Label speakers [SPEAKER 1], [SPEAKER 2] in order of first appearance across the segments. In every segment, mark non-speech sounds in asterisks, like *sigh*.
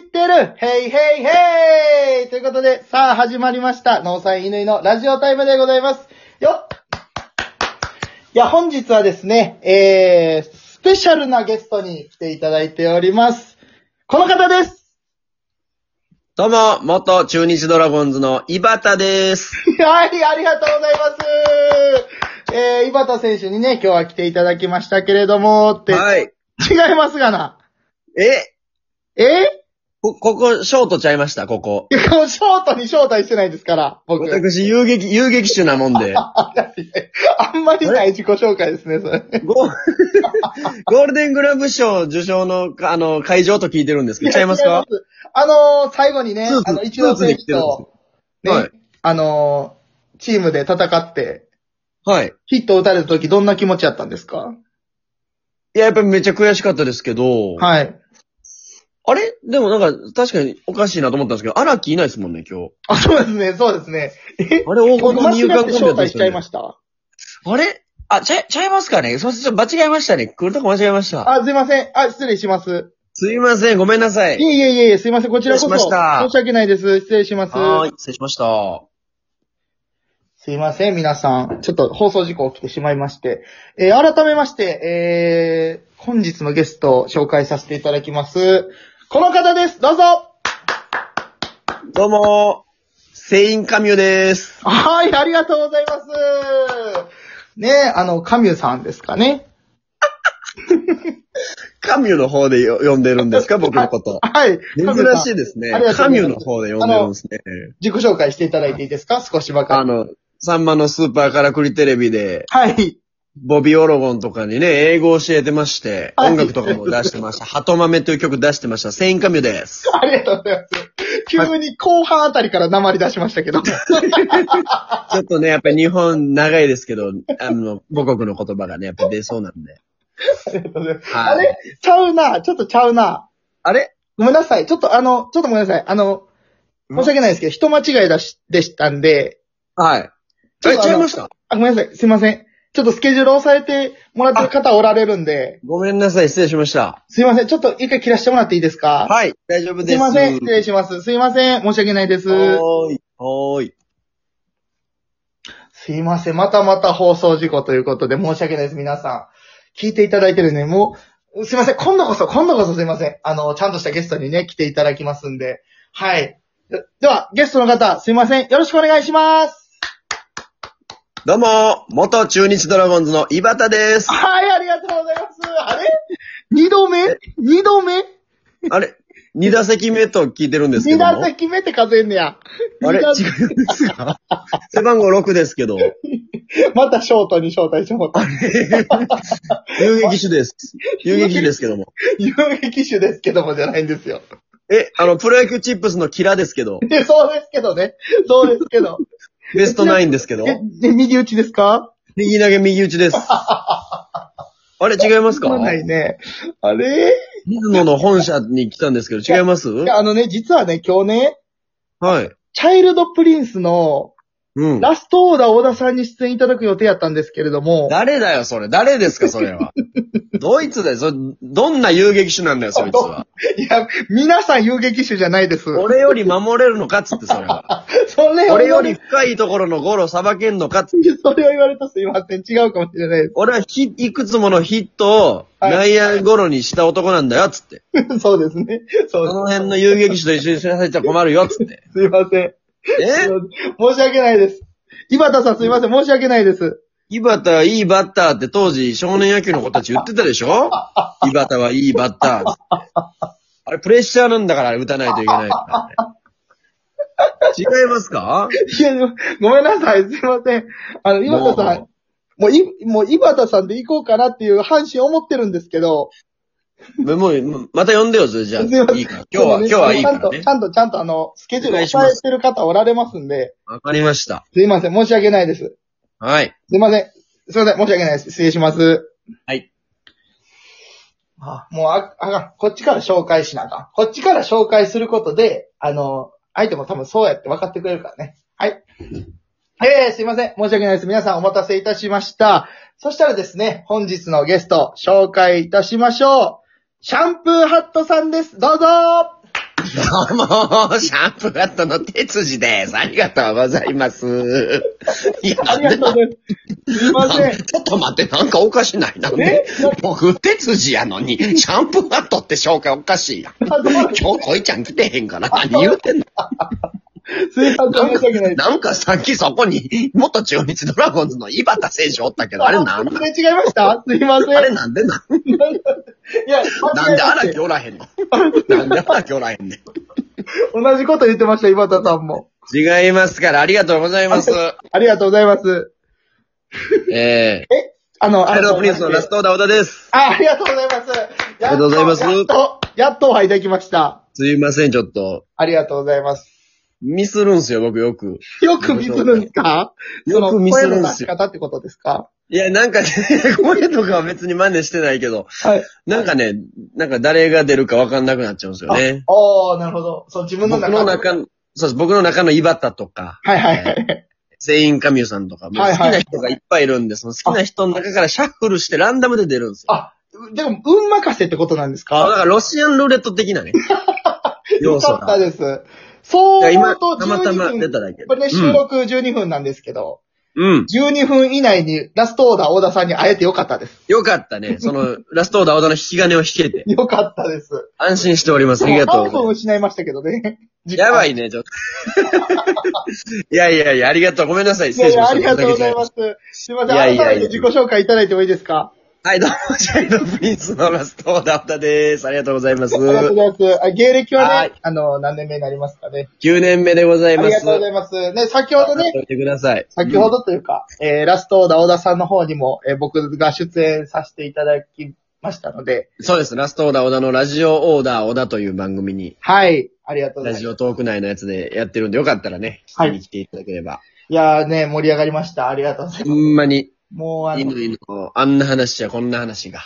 [SPEAKER 1] ヘイヘイヘイということで、さあ始まりました、農産犬のラジオタイムでございます。よっいや、本日はですね、えー、スペシャルなゲストに来ていただいております。この方です *laughs*
[SPEAKER 2] どうも、元中日ドラゴンズの井端です。
[SPEAKER 1] はい、ありがとうございますえー、井端選手にね、今日は来ていただきましたけれども、って、
[SPEAKER 2] はい。
[SPEAKER 1] 違いますがな。
[SPEAKER 2] え
[SPEAKER 1] え
[SPEAKER 2] こ、ここ、ショートちゃいました、ここ。
[SPEAKER 1] いや、もうショートに招待してないですから、僕。
[SPEAKER 2] 私、遊撃、遊撃手なもん
[SPEAKER 1] *laughs*
[SPEAKER 2] で、
[SPEAKER 1] あんまりない自己紹介ですね、それ。
[SPEAKER 2] ゴー *laughs* ゴールデングラブ賞受賞の、かあの、会場と聞いてるんですけど、ちゃいますか
[SPEAKER 1] あのー最後にね
[SPEAKER 2] スー、ツ
[SPEAKER 1] あの、一応
[SPEAKER 2] スーツ
[SPEAKER 1] 選
[SPEAKER 2] で
[SPEAKER 1] 手
[SPEAKER 2] 来てるんです
[SPEAKER 1] と、ね、
[SPEAKER 2] はい
[SPEAKER 1] あのーチームで戦って、
[SPEAKER 2] はい。
[SPEAKER 1] ヒットを打たれた時どんな気持ちやったんですか
[SPEAKER 2] いや、やっぱりめっちゃ悔しかったですけど、
[SPEAKER 1] はい。
[SPEAKER 2] あれでもなんか、確かにおかしいなと思ったんですけど、荒木いないですもんね、今日。
[SPEAKER 1] あ、そうですね、そうですね。
[SPEAKER 2] あれ、黄
[SPEAKER 1] 僕、
[SPEAKER 2] 金
[SPEAKER 1] 間
[SPEAKER 2] に勇
[SPEAKER 1] 違っ
[SPEAKER 2] 敢
[SPEAKER 1] て
[SPEAKER 2] コン
[SPEAKER 1] 招
[SPEAKER 2] ビ
[SPEAKER 1] 待
[SPEAKER 2] で
[SPEAKER 1] し
[SPEAKER 2] す
[SPEAKER 1] ちゃ
[SPEAKER 2] よ
[SPEAKER 1] いま
[SPEAKER 2] ね。
[SPEAKER 1] した。
[SPEAKER 3] あれあ、ちゃい、ちゃいますかねすいません、ちょっと間違えましたね。来るとこ間違えました。
[SPEAKER 1] あ、すいません。あ、失礼します。
[SPEAKER 2] すいません、ごめんなさ
[SPEAKER 1] い
[SPEAKER 2] い。
[SPEAKER 1] えいえいえいえ、すいません。こちらこそ。
[SPEAKER 3] 失礼しました
[SPEAKER 1] 申し訳ないです。失礼します。
[SPEAKER 2] はーい、失礼しました。
[SPEAKER 1] すいません、皆さん。ちょっと放送事故起きてしまいまして。えー改めまして、えー本日のゲストを紹介させていただきます。この方ですどうぞ
[SPEAKER 2] どうもセインカミュです。
[SPEAKER 1] はい、ありがとうございますねえ、あの、カミュさんですかね
[SPEAKER 2] カミュの方でよ呼んでる
[SPEAKER 1] *laughs*
[SPEAKER 2] んですか僕のこと。
[SPEAKER 1] はい。
[SPEAKER 2] 珍し
[SPEAKER 1] い。
[SPEAKER 2] いですね
[SPEAKER 1] ありが。とうござ
[SPEAKER 2] カミ
[SPEAKER 1] います
[SPEAKER 2] ュの方で呼んでるんですね。
[SPEAKER 1] 自己紹介していただいていいですか少しば
[SPEAKER 2] あ
[SPEAKER 1] かり。
[SPEAKER 2] の、サンマのスーパーからクリテレビで、
[SPEAKER 1] はい。
[SPEAKER 2] ボビーオロゴンとかにね、英語を教えてまして、
[SPEAKER 1] はい
[SPEAKER 2] 音楽とかも出してました。ハトマメという曲出してました。セインカミュ
[SPEAKER 1] *laughs*
[SPEAKER 2] です。
[SPEAKER 1] ありがとうございます。急に後半あたりから訛り出しましたけど。
[SPEAKER 2] ちょっとね、やっぱり日本長いですけど、あの、母国の言葉がね、やっぱ出そうなんで。
[SPEAKER 1] ありがとうございます。あ
[SPEAKER 2] はい
[SPEAKER 1] れちゃうな。ちょっとちゃうな。
[SPEAKER 2] あれ
[SPEAKER 1] ごめんなさい。ちょっとあの、ちょっとごめんなさい。あの、
[SPEAKER 2] うん
[SPEAKER 1] 申し訳ないですけど、人間違いだし、でしたんで、
[SPEAKER 2] はい。
[SPEAKER 1] ちょっ
[SPEAKER 2] え、
[SPEAKER 1] とあの
[SPEAKER 2] 違いました
[SPEAKER 1] あ、ごめんなさい。すいません。ちょっとスケジュール押さえてもらってる方おられるんで、
[SPEAKER 2] ごめんなさい、失礼しました。
[SPEAKER 1] すいません。ちょっと一回切らしてもらっていいですか
[SPEAKER 2] はい、大丈夫です
[SPEAKER 1] い
[SPEAKER 2] す。
[SPEAKER 1] ません。失礼します。すいません。申し訳ないです。
[SPEAKER 2] はーい、はーい。
[SPEAKER 1] すいません。またまた放送事故ということで、申し訳ないです。皆さん。聞いていただいてるね。もう、すいません。今度こそ、今度こそすいません。あの、ちゃんとしたゲストにね、来ていただきますんで。はい。ででは、ゲストの方、すいません。よろしくお願いします。
[SPEAKER 2] どうも、元中日ドラゴンズの井端です。
[SPEAKER 1] はい、ありがとうございます。あれ二度目二度目
[SPEAKER 2] あれ、二打席目と聞いてるんですけ
[SPEAKER 1] 二
[SPEAKER 2] ども。
[SPEAKER 1] 打席目って数えんねや。
[SPEAKER 2] あれ、違
[SPEAKER 1] 二打
[SPEAKER 2] うんですか背番号6ですけど。
[SPEAKER 1] またショートに招待してもらった。
[SPEAKER 2] 遊撃
[SPEAKER 1] *laughs*
[SPEAKER 2] 手です。遊撃手ですけども。
[SPEAKER 1] 遊撃手ですけどもじゃないんですよ。
[SPEAKER 2] え、あの、プロ野球チップスのキラですけど。
[SPEAKER 1] でそうですけどね。そうですけ
[SPEAKER 2] *laughs*
[SPEAKER 1] ど。
[SPEAKER 2] ベストナインですけど。
[SPEAKER 1] え、で右打ちですか
[SPEAKER 2] 右投げ右打ちです。あれ、違いますか
[SPEAKER 1] まないね。あれ
[SPEAKER 2] 水野の本社に来たんですけど、違います
[SPEAKER 1] いやあのね、実はね、今日ね、
[SPEAKER 2] はい。
[SPEAKER 1] チャイルドプリンスの
[SPEAKER 2] うん。
[SPEAKER 1] ラストオーダー小田さんに出演いただく予定やったんですけれども、
[SPEAKER 2] 誰だよ、それ。誰ですか、そ
[SPEAKER 1] *laughs*
[SPEAKER 2] れは。ドイツだよ。そどんな遊撃手なんだよ、そいつは。
[SPEAKER 1] いや、皆さん遊撃手じゃないです。
[SPEAKER 2] 俺より守れるのかっつって、そ
[SPEAKER 1] *laughs*
[SPEAKER 2] れは。
[SPEAKER 1] それを
[SPEAKER 2] 俺より深いところのゴロさばけんのかっつって。
[SPEAKER 1] それを言われたらすいません。違うかもしれない
[SPEAKER 2] 俺はひ、いくつものヒットを
[SPEAKER 1] は
[SPEAKER 2] 内野ゴロにした男なんだよ、つって。
[SPEAKER 1] です。 *laughs* そうですね。そ
[SPEAKER 2] そうの辺の遊撃手と一緒にしなさいって困るよ、
[SPEAKER 1] *laughs*
[SPEAKER 2] つって。
[SPEAKER 1] す。すいません。
[SPEAKER 2] え
[SPEAKER 1] 申し訳ないです。井端さんすいません。申し訳ないです。
[SPEAKER 2] 井端はいいバッターって当時少年野球の子たち言ってたでし
[SPEAKER 1] *laughs*
[SPEAKER 2] ょ井端はいいバッター。あれプレッシャーなんだから打たないといけない
[SPEAKER 1] *laughs*
[SPEAKER 2] からね。違いますか
[SPEAKER 1] いや、ごめんなさい。すいません。あの、井端さん
[SPEAKER 2] も、
[SPEAKER 1] もう、い、もう、井端さんで行こうかなっていう阪神思ってるんですけど、
[SPEAKER 2] うもう、もうまた呼んでよ、それじゃあ。
[SPEAKER 1] すいません
[SPEAKER 2] いいから。今日は、今日はいい
[SPEAKER 1] ち
[SPEAKER 2] か
[SPEAKER 1] ゃん
[SPEAKER 2] ら
[SPEAKER 1] と、
[SPEAKER 2] ね
[SPEAKER 1] ち。ゃんと、ちゃんと、あの、スケジュール
[SPEAKER 2] お願いし
[SPEAKER 1] 抑
[SPEAKER 2] ま
[SPEAKER 1] え
[SPEAKER 2] す
[SPEAKER 1] てる方おられますんで、
[SPEAKER 2] わかりました。
[SPEAKER 1] すいません。申し訳ないです。
[SPEAKER 2] はい。
[SPEAKER 1] すいません。すいません。申し訳ないです。失礼します。
[SPEAKER 2] はい。
[SPEAKER 1] あ、もうあ、あかん。こっちから紹介しなあかん。こっちから紹介することで、あの、相手も多分そうやって分かってくれるからね。はい。えー、すいません。申し訳ないです。皆さんお待たせいたしました。そしたらですね、本日のゲスト、紹介いたしましょう。シャンプーハットさんです。どうぞ
[SPEAKER 2] どうも、シャンプーアットの哲司です。ありがとうございます。いや、
[SPEAKER 1] ありがとうございます。すいません。
[SPEAKER 2] ちょっと待って、なんかおかしないな。
[SPEAKER 1] え
[SPEAKER 2] 僕、哲司やのに、シャンプーアットって紹介おかしいやん。
[SPEAKER 1] あどうも
[SPEAKER 2] 今日、こいちゃん来てへんから、何言うてんの
[SPEAKER 1] すいません、申し訳ないです。
[SPEAKER 2] なんかさっきそこに、元中日ドラゴンズの井端選手おったけど、あれなん
[SPEAKER 1] 全然違いましたすいません。
[SPEAKER 2] あれなんでなん
[SPEAKER 1] いや、
[SPEAKER 2] な
[SPEAKER 1] 間
[SPEAKER 2] ん
[SPEAKER 1] 違えま
[SPEAKER 2] で荒
[SPEAKER 1] し
[SPEAKER 2] 木おらへんのなんで荒木おらへんねん。
[SPEAKER 1] た同じこと言ってました、岩田さんも。
[SPEAKER 2] 違いますから、ありがとうございます。
[SPEAKER 1] ありがとうございます。
[SPEAKER 2] ええ
[SPEAKER 1] あの、
[SPEAKER 2] アイロンプリンスのラストオーダー小田です。
[SPEAKER 1] あ、ありがとうございます。
[SPEAKER 2] ありがとうございます
[SPEAKER 1] やっと、やっとお会いできました。
[SPEAKER 2] すいません、ちょっと。
[SPEAKER 1] ありがとうございます。
[SPEAKER 2] ミスるんすよ、僕よく。
[SPEAKER 1] よく見つるんですか
[SPEAKER 2] よくミスるん
[SPEAKER 1] その声の
[SPEAKER 2] で
[SPEAKER 1] 出
[SPEAKER 2] す
[SPEAKER 1] し
[SPEAKER 2] よ。
[SPEAKER 1] 方ってことですか
[SPEAKER 2] いや、なんかね、 *laughs* 声とかは別に真似してないけど、
[SPEAKER 1] はい。
[SPEAKER 2] なんかね、なんか誰が出るかわかんなくなっちゃうんですよね。
[SPEAKER 1] おー、なるほど。そう、自分の
[SPEAKER 2] 僕
[SPEAKER 1] 中
[SPEAKER 2] の中の、そうです、僕の中の井端とか、
[SPEAKER 1] はいはいはい。
[SPEAKER 2] 全員神ミさんとか、もう
[SPEAKER 1] はい
[SPEAKER 2] 好き
[SPEAKER 1] はい
[SPEAKER 2] な人がいっぱいいるんで、その好きな人の中からシャッフルしてランダムで出るんですよ。
[SPEAKER 1] あ、でも、運任せってことなんです
[SPEAKER 2] あだ
[SPEAKER 1] か
[SPEAKER 2] からロシアンルーレット的 *laughs* なね。
[SPEAKER 1] よ
[SPEAKER 2] 要素
[SPEAKER 1] かった
[SPEAKER 2] が。
[SPEAKER 1] です。そう思うと
[SPEAKER 2] たまたま
[SPEAKER 1] 12
[SPEAKER 2] 出
[SPEAKER 1] 分。
[SPEAKER 2] ただけ。
[SPEAKER 1] これね、収録12分なんですけど、
[SPEAKER 2] うん。うん。
[SPEAKER 1] 12分以内にラストオーダー小田さんに会えてよかったです。
[SPEAKER 2] よかっ
[SPEAKER 1] *laughs*
[SPEAKER 2] たね。その、ラストオーダーオーダーの引き金を引けて。
[SPEAKER 1] よかったです。
[SPEAKER 2] 安心しております。ありがとうござ
[SPEAKER 1] 半
[SPEAKER 2] い
[SPEAKER 1] 分
[SPEAKER 2] ます。
[SPEAKER 1] 失いましたけどね。
[SPEAKER 2] やば
[SPEAKER 1] い。
[SPEAKER 2] いね、ちょっと。 *laughs* いやいやいや、ありがとう。ごめんなさい。
[SPEAKER 1] い
[SPEAKER 2] 失
[SPEAKER 1] や
[SPEAKER 2] 礼
[SPEAKER 1] い
[SPEAKER 2] しま
[SPEAKER 1] や、
[SPEAKER 2] し
[SPEAKER 1] あ
[SPEAKER 2] た。
[SPEAKER 1] りがとうございます。すいません。改
[SPEAKER 2] いやいやいや
[SPEAKER 1] めて自己紹介いただいてもいいですか
[SPEAKER 2] はい、どうも、ジャイロプリンスのラストオーダーオーダーです。ありがとうございます。
[SPEAKER 1] ありがとう
[SPEAKER 2] 9
[SPEAKER 1] ございます。あ芸歴は
[SPEAKER 2] は
[SPEAKER 1] ね
[SPEAKER 2] い、
[SPEAKER 1] あの、何年目になりますかね。
[SPEAKER 2] 年目でござ
[SPEAKER 1] あ
[SPEAKER 2] い
[SPEAKER 1] り
[SPEAKER 2] ます。
[SPEAKER 1] がとうございます。ね、先ほどね、
[SPEAKER 2] やってください。
[SPEAKER 1] 先ほどというか、えー、ラストオーダー小田さんの方にも、えー僕が出演させていただきましたので、
[SPEAKER 2] そうです。ラストオーダーオーダーのラジオオーダーオーダーという番組に、
[SPEAKER 1] はい、ありがとうご
[SPEAKER 2] ラ
[SPEAKER 1] ざい
[SPEAKER 2] ジ
[SPEAKER 1] ます。
[SPEAKER 2] オトーク内のやつでやってるんで、よかったらね、
[SPEAKER 1] は
[SPEAKER 2] 聞
[SPEAKER 1] い
[SPEAKER 2] きに来ていただければ。
[SPEAKER 1] いやーね、盛り上がりました。ありがとうございます。
[SPEAKER 2] ほんまに、
[SPEAKER 1] もうあの、
[SPEAKER 2] 犬犬のあんな話やこんな話が。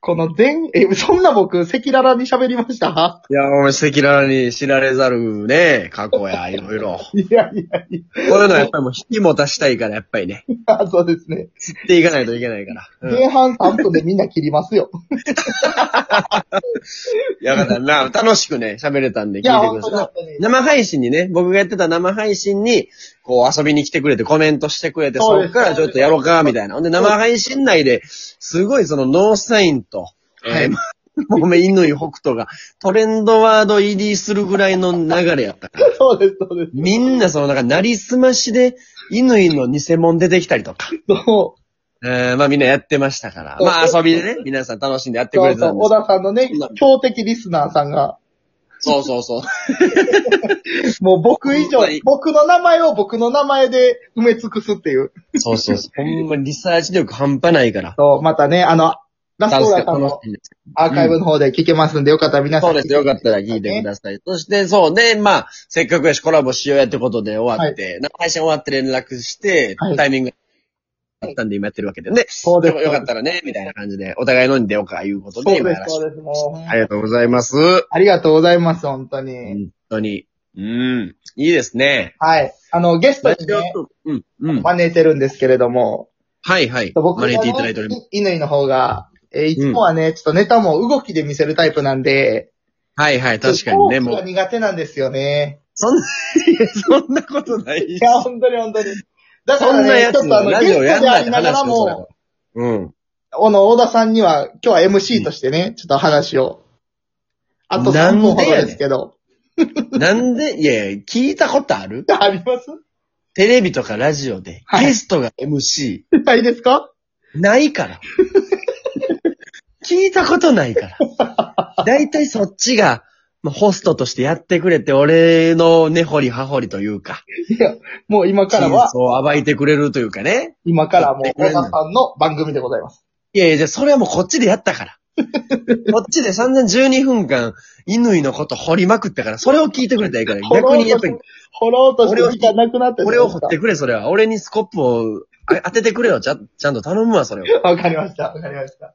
[SPEAKER 1] この全、え、そんな僕、赤裸々に喋りました *laughs*
[SPEAKER 2] いや、お前赤裸々に知られざるね、過去や、いろいろ。
[SPEAKER 1] いやいやい
[SPEAKER 2] こういうのはやっぱりもう引きも足したいから、やっぱりね、
[SPEAKER 1] や、そうですね。
[SPEAKER 2] 知っていかないといけないから。うん。
[SPEAKER 1] 前半3分でみんな切ります
[SPEAKER 2] *laughs*
[SPEAKER 1] よ。
[SPEAKER 2] いやだからな、楽しくね、喋れたんで聞い
[SPEAKER 1] いや、
[SPEAKER 2] て
[SPEAKER 1] 本当
[SPEAKER 2] く
[SPEAKER 1] に
[SPEAKER 2] だ
[SPEAKER 1] 本
[SPEAKER 2] さい。
[SPEAKER 1] 当に。
[SPEAKER 2] 生配信にね、僕がやってた生配信に、こう遊びに来てくれてコメントしてくれて、
[SPEAKER 1] そう
[SPEAKER 2] そ
[SPEAKER 1] で
[SPEAKER 2] っ
[SPEAKER 1] す
[SPEAKER 2] からちょっとやろうか、みたいな。ほんで、生配信内で、すごいそのノーサインと、
[SPEAKER 1] はい
[SPEAKER 2] えー *laughs* もめ犬井北斗がトレンドワード入りするぐらいの流れやったから。
[SPEAKER 1] そうです、そうです。
[SPEAKER 2] みんなそのなんか、なりすましで、犬井の偽物出てきたりとか。
[SPEAKER 1] そう。
[SPEAKER 2] えー、まあみんなやってましたから。
[SPEAKER 1] そう
[SPEAKER 2] まあ遊びでね、皆さん楽しんでやってく
[SPEAKER 1] そ
[SPEAKER 2] れ
[SPEAKER 1] う
[SPEAKER 2] て
[SPEAKER 1] そ
[SPEAKER 2] た
[SPEAKER 1] う、
[SPEAKER 2] んで
[SPEAKER 1] 小
[SPEAKER 2] すけど
[SPEAKER 1] 田さんのね、強敵リスナーさんが、
[SPEAKER 2] そうそうそう。
[SPEAKER 1] もう僕以上
[SPEAKER 2] はい、
[SPEAKER 1] 僕の名前を僕の名前で埋め尽くすっていう。
[SPEAKER 2] そうそうそう。ほんまリサーチ力半端ないから。
[SPEAKER 1] そう、またね、あの、ラストオーダーさんの
[SPEAKER 2] 楽しいんです
[SPEAKER 1] アーカイブの方で聞けますんで、よかったら皆さん。
[SPEAKER 2] そうです。よかったら聞いてください。そして、そう。で、まあ、せっかくやし、コラボしようやってことで終わって、生配信終わって連絡して
[SPEAKER 1] はい、
[SPEAKER 2] タイミングあったんで今やってるわけでね。
[SPEAKER 1] そうです。
[SPEAKER 2] よかったらね、みたいな感じで、お互い飲んでようか、いうこと
[SPEAKER 1] そうです、
[SPEAKER 2] で今やらせ
[SPEAKER 1] そ
[SPEAKER 2] て。
[SPEAKER 1] うです。もう、
[SPEAKER 2] ありがとうございます。
[SPEAKER 1] ありがとうございます、本当に。
[SPEAKER 2] 本当に。うん。いいですね。
[SPEAKER 1] はい。あの、ゲスト
[SPEAKER 2] ラ
[SPEAKER 1] に
[SPEAKER 2] ジオ
[SPEAKER 1] ね、
[SPEAKER 2] うん。 *laughs* うん。
[SPEAKER 1] 招いてるんですけれども、
[SPEAKER 2] はいはい。
[SPEAKER 1] 僕
[SPEAKER 2] 招い
[SPEAKER 1] が
[SPEAKER 2] て
[SPEAKER 1] ね
[SPEAKER 2] いただいております。
[SPEAKER 1] 乾の方が、えーいつもはね、ちょっとネタも動きで見せるタイプなんで、
[SPEAKER 2] はいはい、確かにね、
[SPEAKER 1] トー
[SPEAKER 2] も
[SPEAKER 1] クが
[SPEAKER 2] う。
[SPEAKER 1] 苦手なんですよね。
[SPEAKER 2] そんな、いやそんなことない
[SPEAKER 1] い
[SPEAKER 2] し。
[SPEAKER 1] や、本当に本当に。だか
[SPEAKER 2] そ
[SPEAKER 1] ら
[SPEAKER 2] んな
[SPEAKER 1] ね、
[SPEAKER 2] や
[SPEAKER 1] ちょ
[SPEAKER 2] つ
[SPEAKER 1] っとあの、
[SPEAKER 2] ラ
[SPEAKER 1] ゲ
[SPEAKER 2] ジ
[SPEAKER 1] ス
[SPEAKER 2] オ
[SPEAKER 1] トで
[SPEAKER 2] やん
[SPEAKER 1] あ
[SPEAKER 2] ない
[SPEAKER 1] り
[SPEAKER 2] って
[SPEAKER 1] ながら
[SPEAKER 2] 話です
[SPEAKER 1] も
[SPEAKER 2] よ、。うん。
[SPEAKER 1] 小野小田さんには、今日は MC としてね、ちょっと話を。あと
[SPEAKER 2] なん
[SPEAKER 1] 3
[SPEAKER 2] で
[SPEAKER 1] 分
[SPEAKER 2] や
[SPEAKER 1] ほ
[SPEAKER 2] ねん
[SPEAKER 1] どですけど。
[SPEAKER 2] なんで、いやいや、聞いたことある
[SPEAKER 1] あります
[SPEAKER 2] テレビとかラジオで、
[SPEAKER 1] はい
[SPEAKER 2] ゲストが MC、
[SPEAKER 1] ないですか
[SPEAKER 2] ないから。聞いたことないから。だいたいそっちが、まあホストとしてやってくれて、俺の根掘り葉掘りというか、
[SPEAKER 1] いや、もう今から
[SPEAKER 2] 真
[SPEAKER 1] は、
[SPEAKER 2] 相を暴いてくれるというかね。
[SPEAKER 1] 今からはもう
[SPEAKER 2] え
[SPEAKER 1] 小田さんの番組でございます。
[SPEAKER 2] いやいや、じゃあそれはもうこっちでやった *laughs* から。こっちで散々12分間、乾のこと掘りまくったから、それを聞いてくれたらいいから、 *laughs* 逆にやっぱり、
[SPEAKER 1] 掘ろうとして時間なくなってる
[SPEAKER 2] 俺を掘ってくれ、それは。俺にスコップをあ *laughs* 当ててくれよ。ちゃんちゃんと頼むわ、それを。
[SPEAKER 1] *laughs* わかりました、わかりました。あ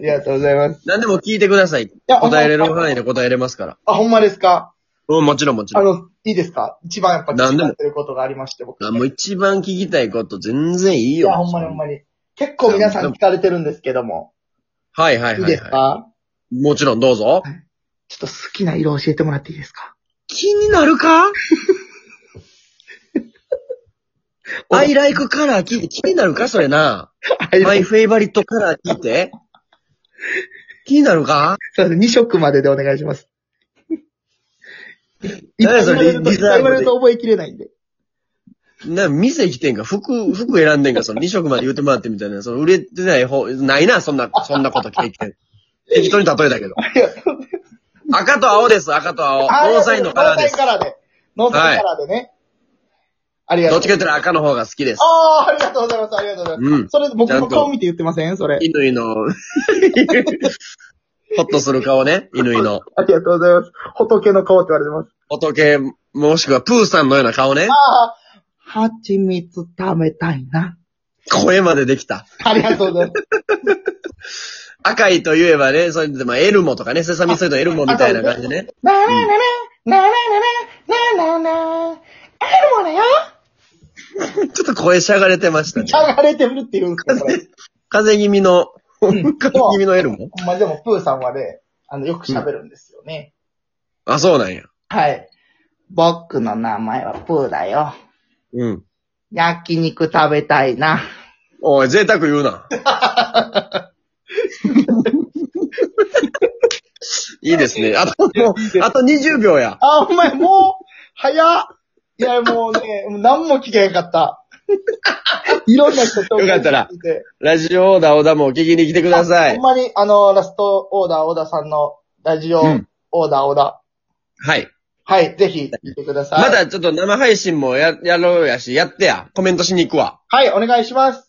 [SPEAKER 1] りがとうございます。い
[SPEAKER 2] 何でも聞いてください。
[SPEAKER 1] や
[SPEAKER 2] 答えれる範囲で答えれますから。
[SPEAKER 1] あ、ほんまですか
[SPEAKER 2] うん、もちろんもち
[SPEAKER 1] あ
[SPEAKER 2] ろん。
[SPEAKER 1] の、いいですか一番やっぱ
[SPEAKER 2] 何でも
[SPEAKER 1] 聞てることがありまして、僕。
[SPEAKER 2] あもう一番聞きたいこと全然いい
[SPEAKER 1] い
[SPEAKER 2] よ。
[SPEAKER 1] や、ほんまにほんまに。結構皆さん聞かれてるんですけども。
[SPEAKER 2] はいはいは
[SPEAKER 1] い
[SPEAKER 2] いはい
[SPEAKER 1] です
[SPEAKER 2] は
[SPEAKER 1] か
[SPEAKER 2] い。もちろんどうぞ。
[SPEAKER 1] ちょっと好きな色教えてもらっていいですか
[SPEAKER 2] 気になるか
[SPEAKER 1] *laughs*
[SPEAKER 2] I like color 聞いて気になるかそれな。マイフェイバリットカラー聞いて。気になるか
[SPEAKER 1] そうですね、2色まででお願いします。いっぱい
[SPEAKER 2] *laughs* 何やそれ
[SPEAKER 1] 言われるといっぱい言われると覚えきれないんで。
[SPEAKER 2] な、店来てんか服、服選んでんかその2色まで言うてもらってみたいな。その売れてない方、ないな、そんな、そんなこと経験。適当に例えたけど。赤と青です、赤と青。
[SPEAKER 1] あ
[SPEAKER 2] ノーサインのカラーです。
[SPEAKER 1] ノーサインカラーで。ノーサインカラーでね。ありがと
[SPEAKER 2] ど
[SPEAKER 1] う
[SPEAKER 2] っちか言ったら赤の方が好きです。
[SPEAKER 1] ああ、ありがとうございます。ありがとうございます。
[SPEAKER 2] うん
[SPEAKER 1] それ、僕
[SPEAKER 2] ちゃん
[SPEAKER 1] の
[SPEAKER 2] と
[SPEAKER 1] 顔見て言ってませんそれ。
[SPEAKER 2] 犬 *laughs* の、ほっとする顔ね、犬の。
[SPEAKER 1] ありがとうございます。仏の顔って言われてます。
[SPEAKER 2] 仏、もしくはプーさんのような顔ね。
[SPEAKER 1] ああ、蜂蜜食べたいな。
[SPEAKER 2] 声までできた。
[SPEAKER 1] ありがとうございます。
[SPEAKER 2] 赤いと言えばね、それでまあエルモとかね、セサミストリートのエルモみたいな感じね。
[SPEAKER 1] なーなーなーなーなーなーなーなーなーあるものよ
[SPEAKER 2] ちょっと声しゃがれてましたね
[SPEAKER 1] し。ゃがれてるって言うんですかこれ。
[SPEAKER 2] 風邪気味の、風邪気味のエルモ
[SPEAKER 1] まあでも、プーさんはね、あの、よく喋るんですよね。
[SPEAKER 2] あ、そうなんや。
[SPEAKER 1] はい。僕の名前はプーだよ。
[SPEAKER 2] うん。
[SPEAKER 1] 焼肉食べたいな。
[SPEAKER 2] おい、贅沢言う *laughs* な。いいですね。あと、もう、あと20秒や。
[SPEAKER 1] あ、お前もう、早っいや、もうね、何も聞けへんかった。いろんな人と。
[SPEAKER 2] よかったらラジオオーダー小田もお聞きに来てくださ
[SPEAKER 1] ほ
[SPEAKER 2] い
[SPEAKER 1] ん。まに、あの、ラストオーダー、オーダーさんのラジオ、
[SPEAKER 2] うん
[SPEAKER 1] オーダー、オーダ
[SPEAKER 2] はい。
[SPEAKER 1] ー。はい、ぜひ、見てください。
[SPEAKER 2] まだちょっと生配信もや、やろうやし、やってや。コメントしに行くわ。
[SPEAKER 1] はい、お願いします。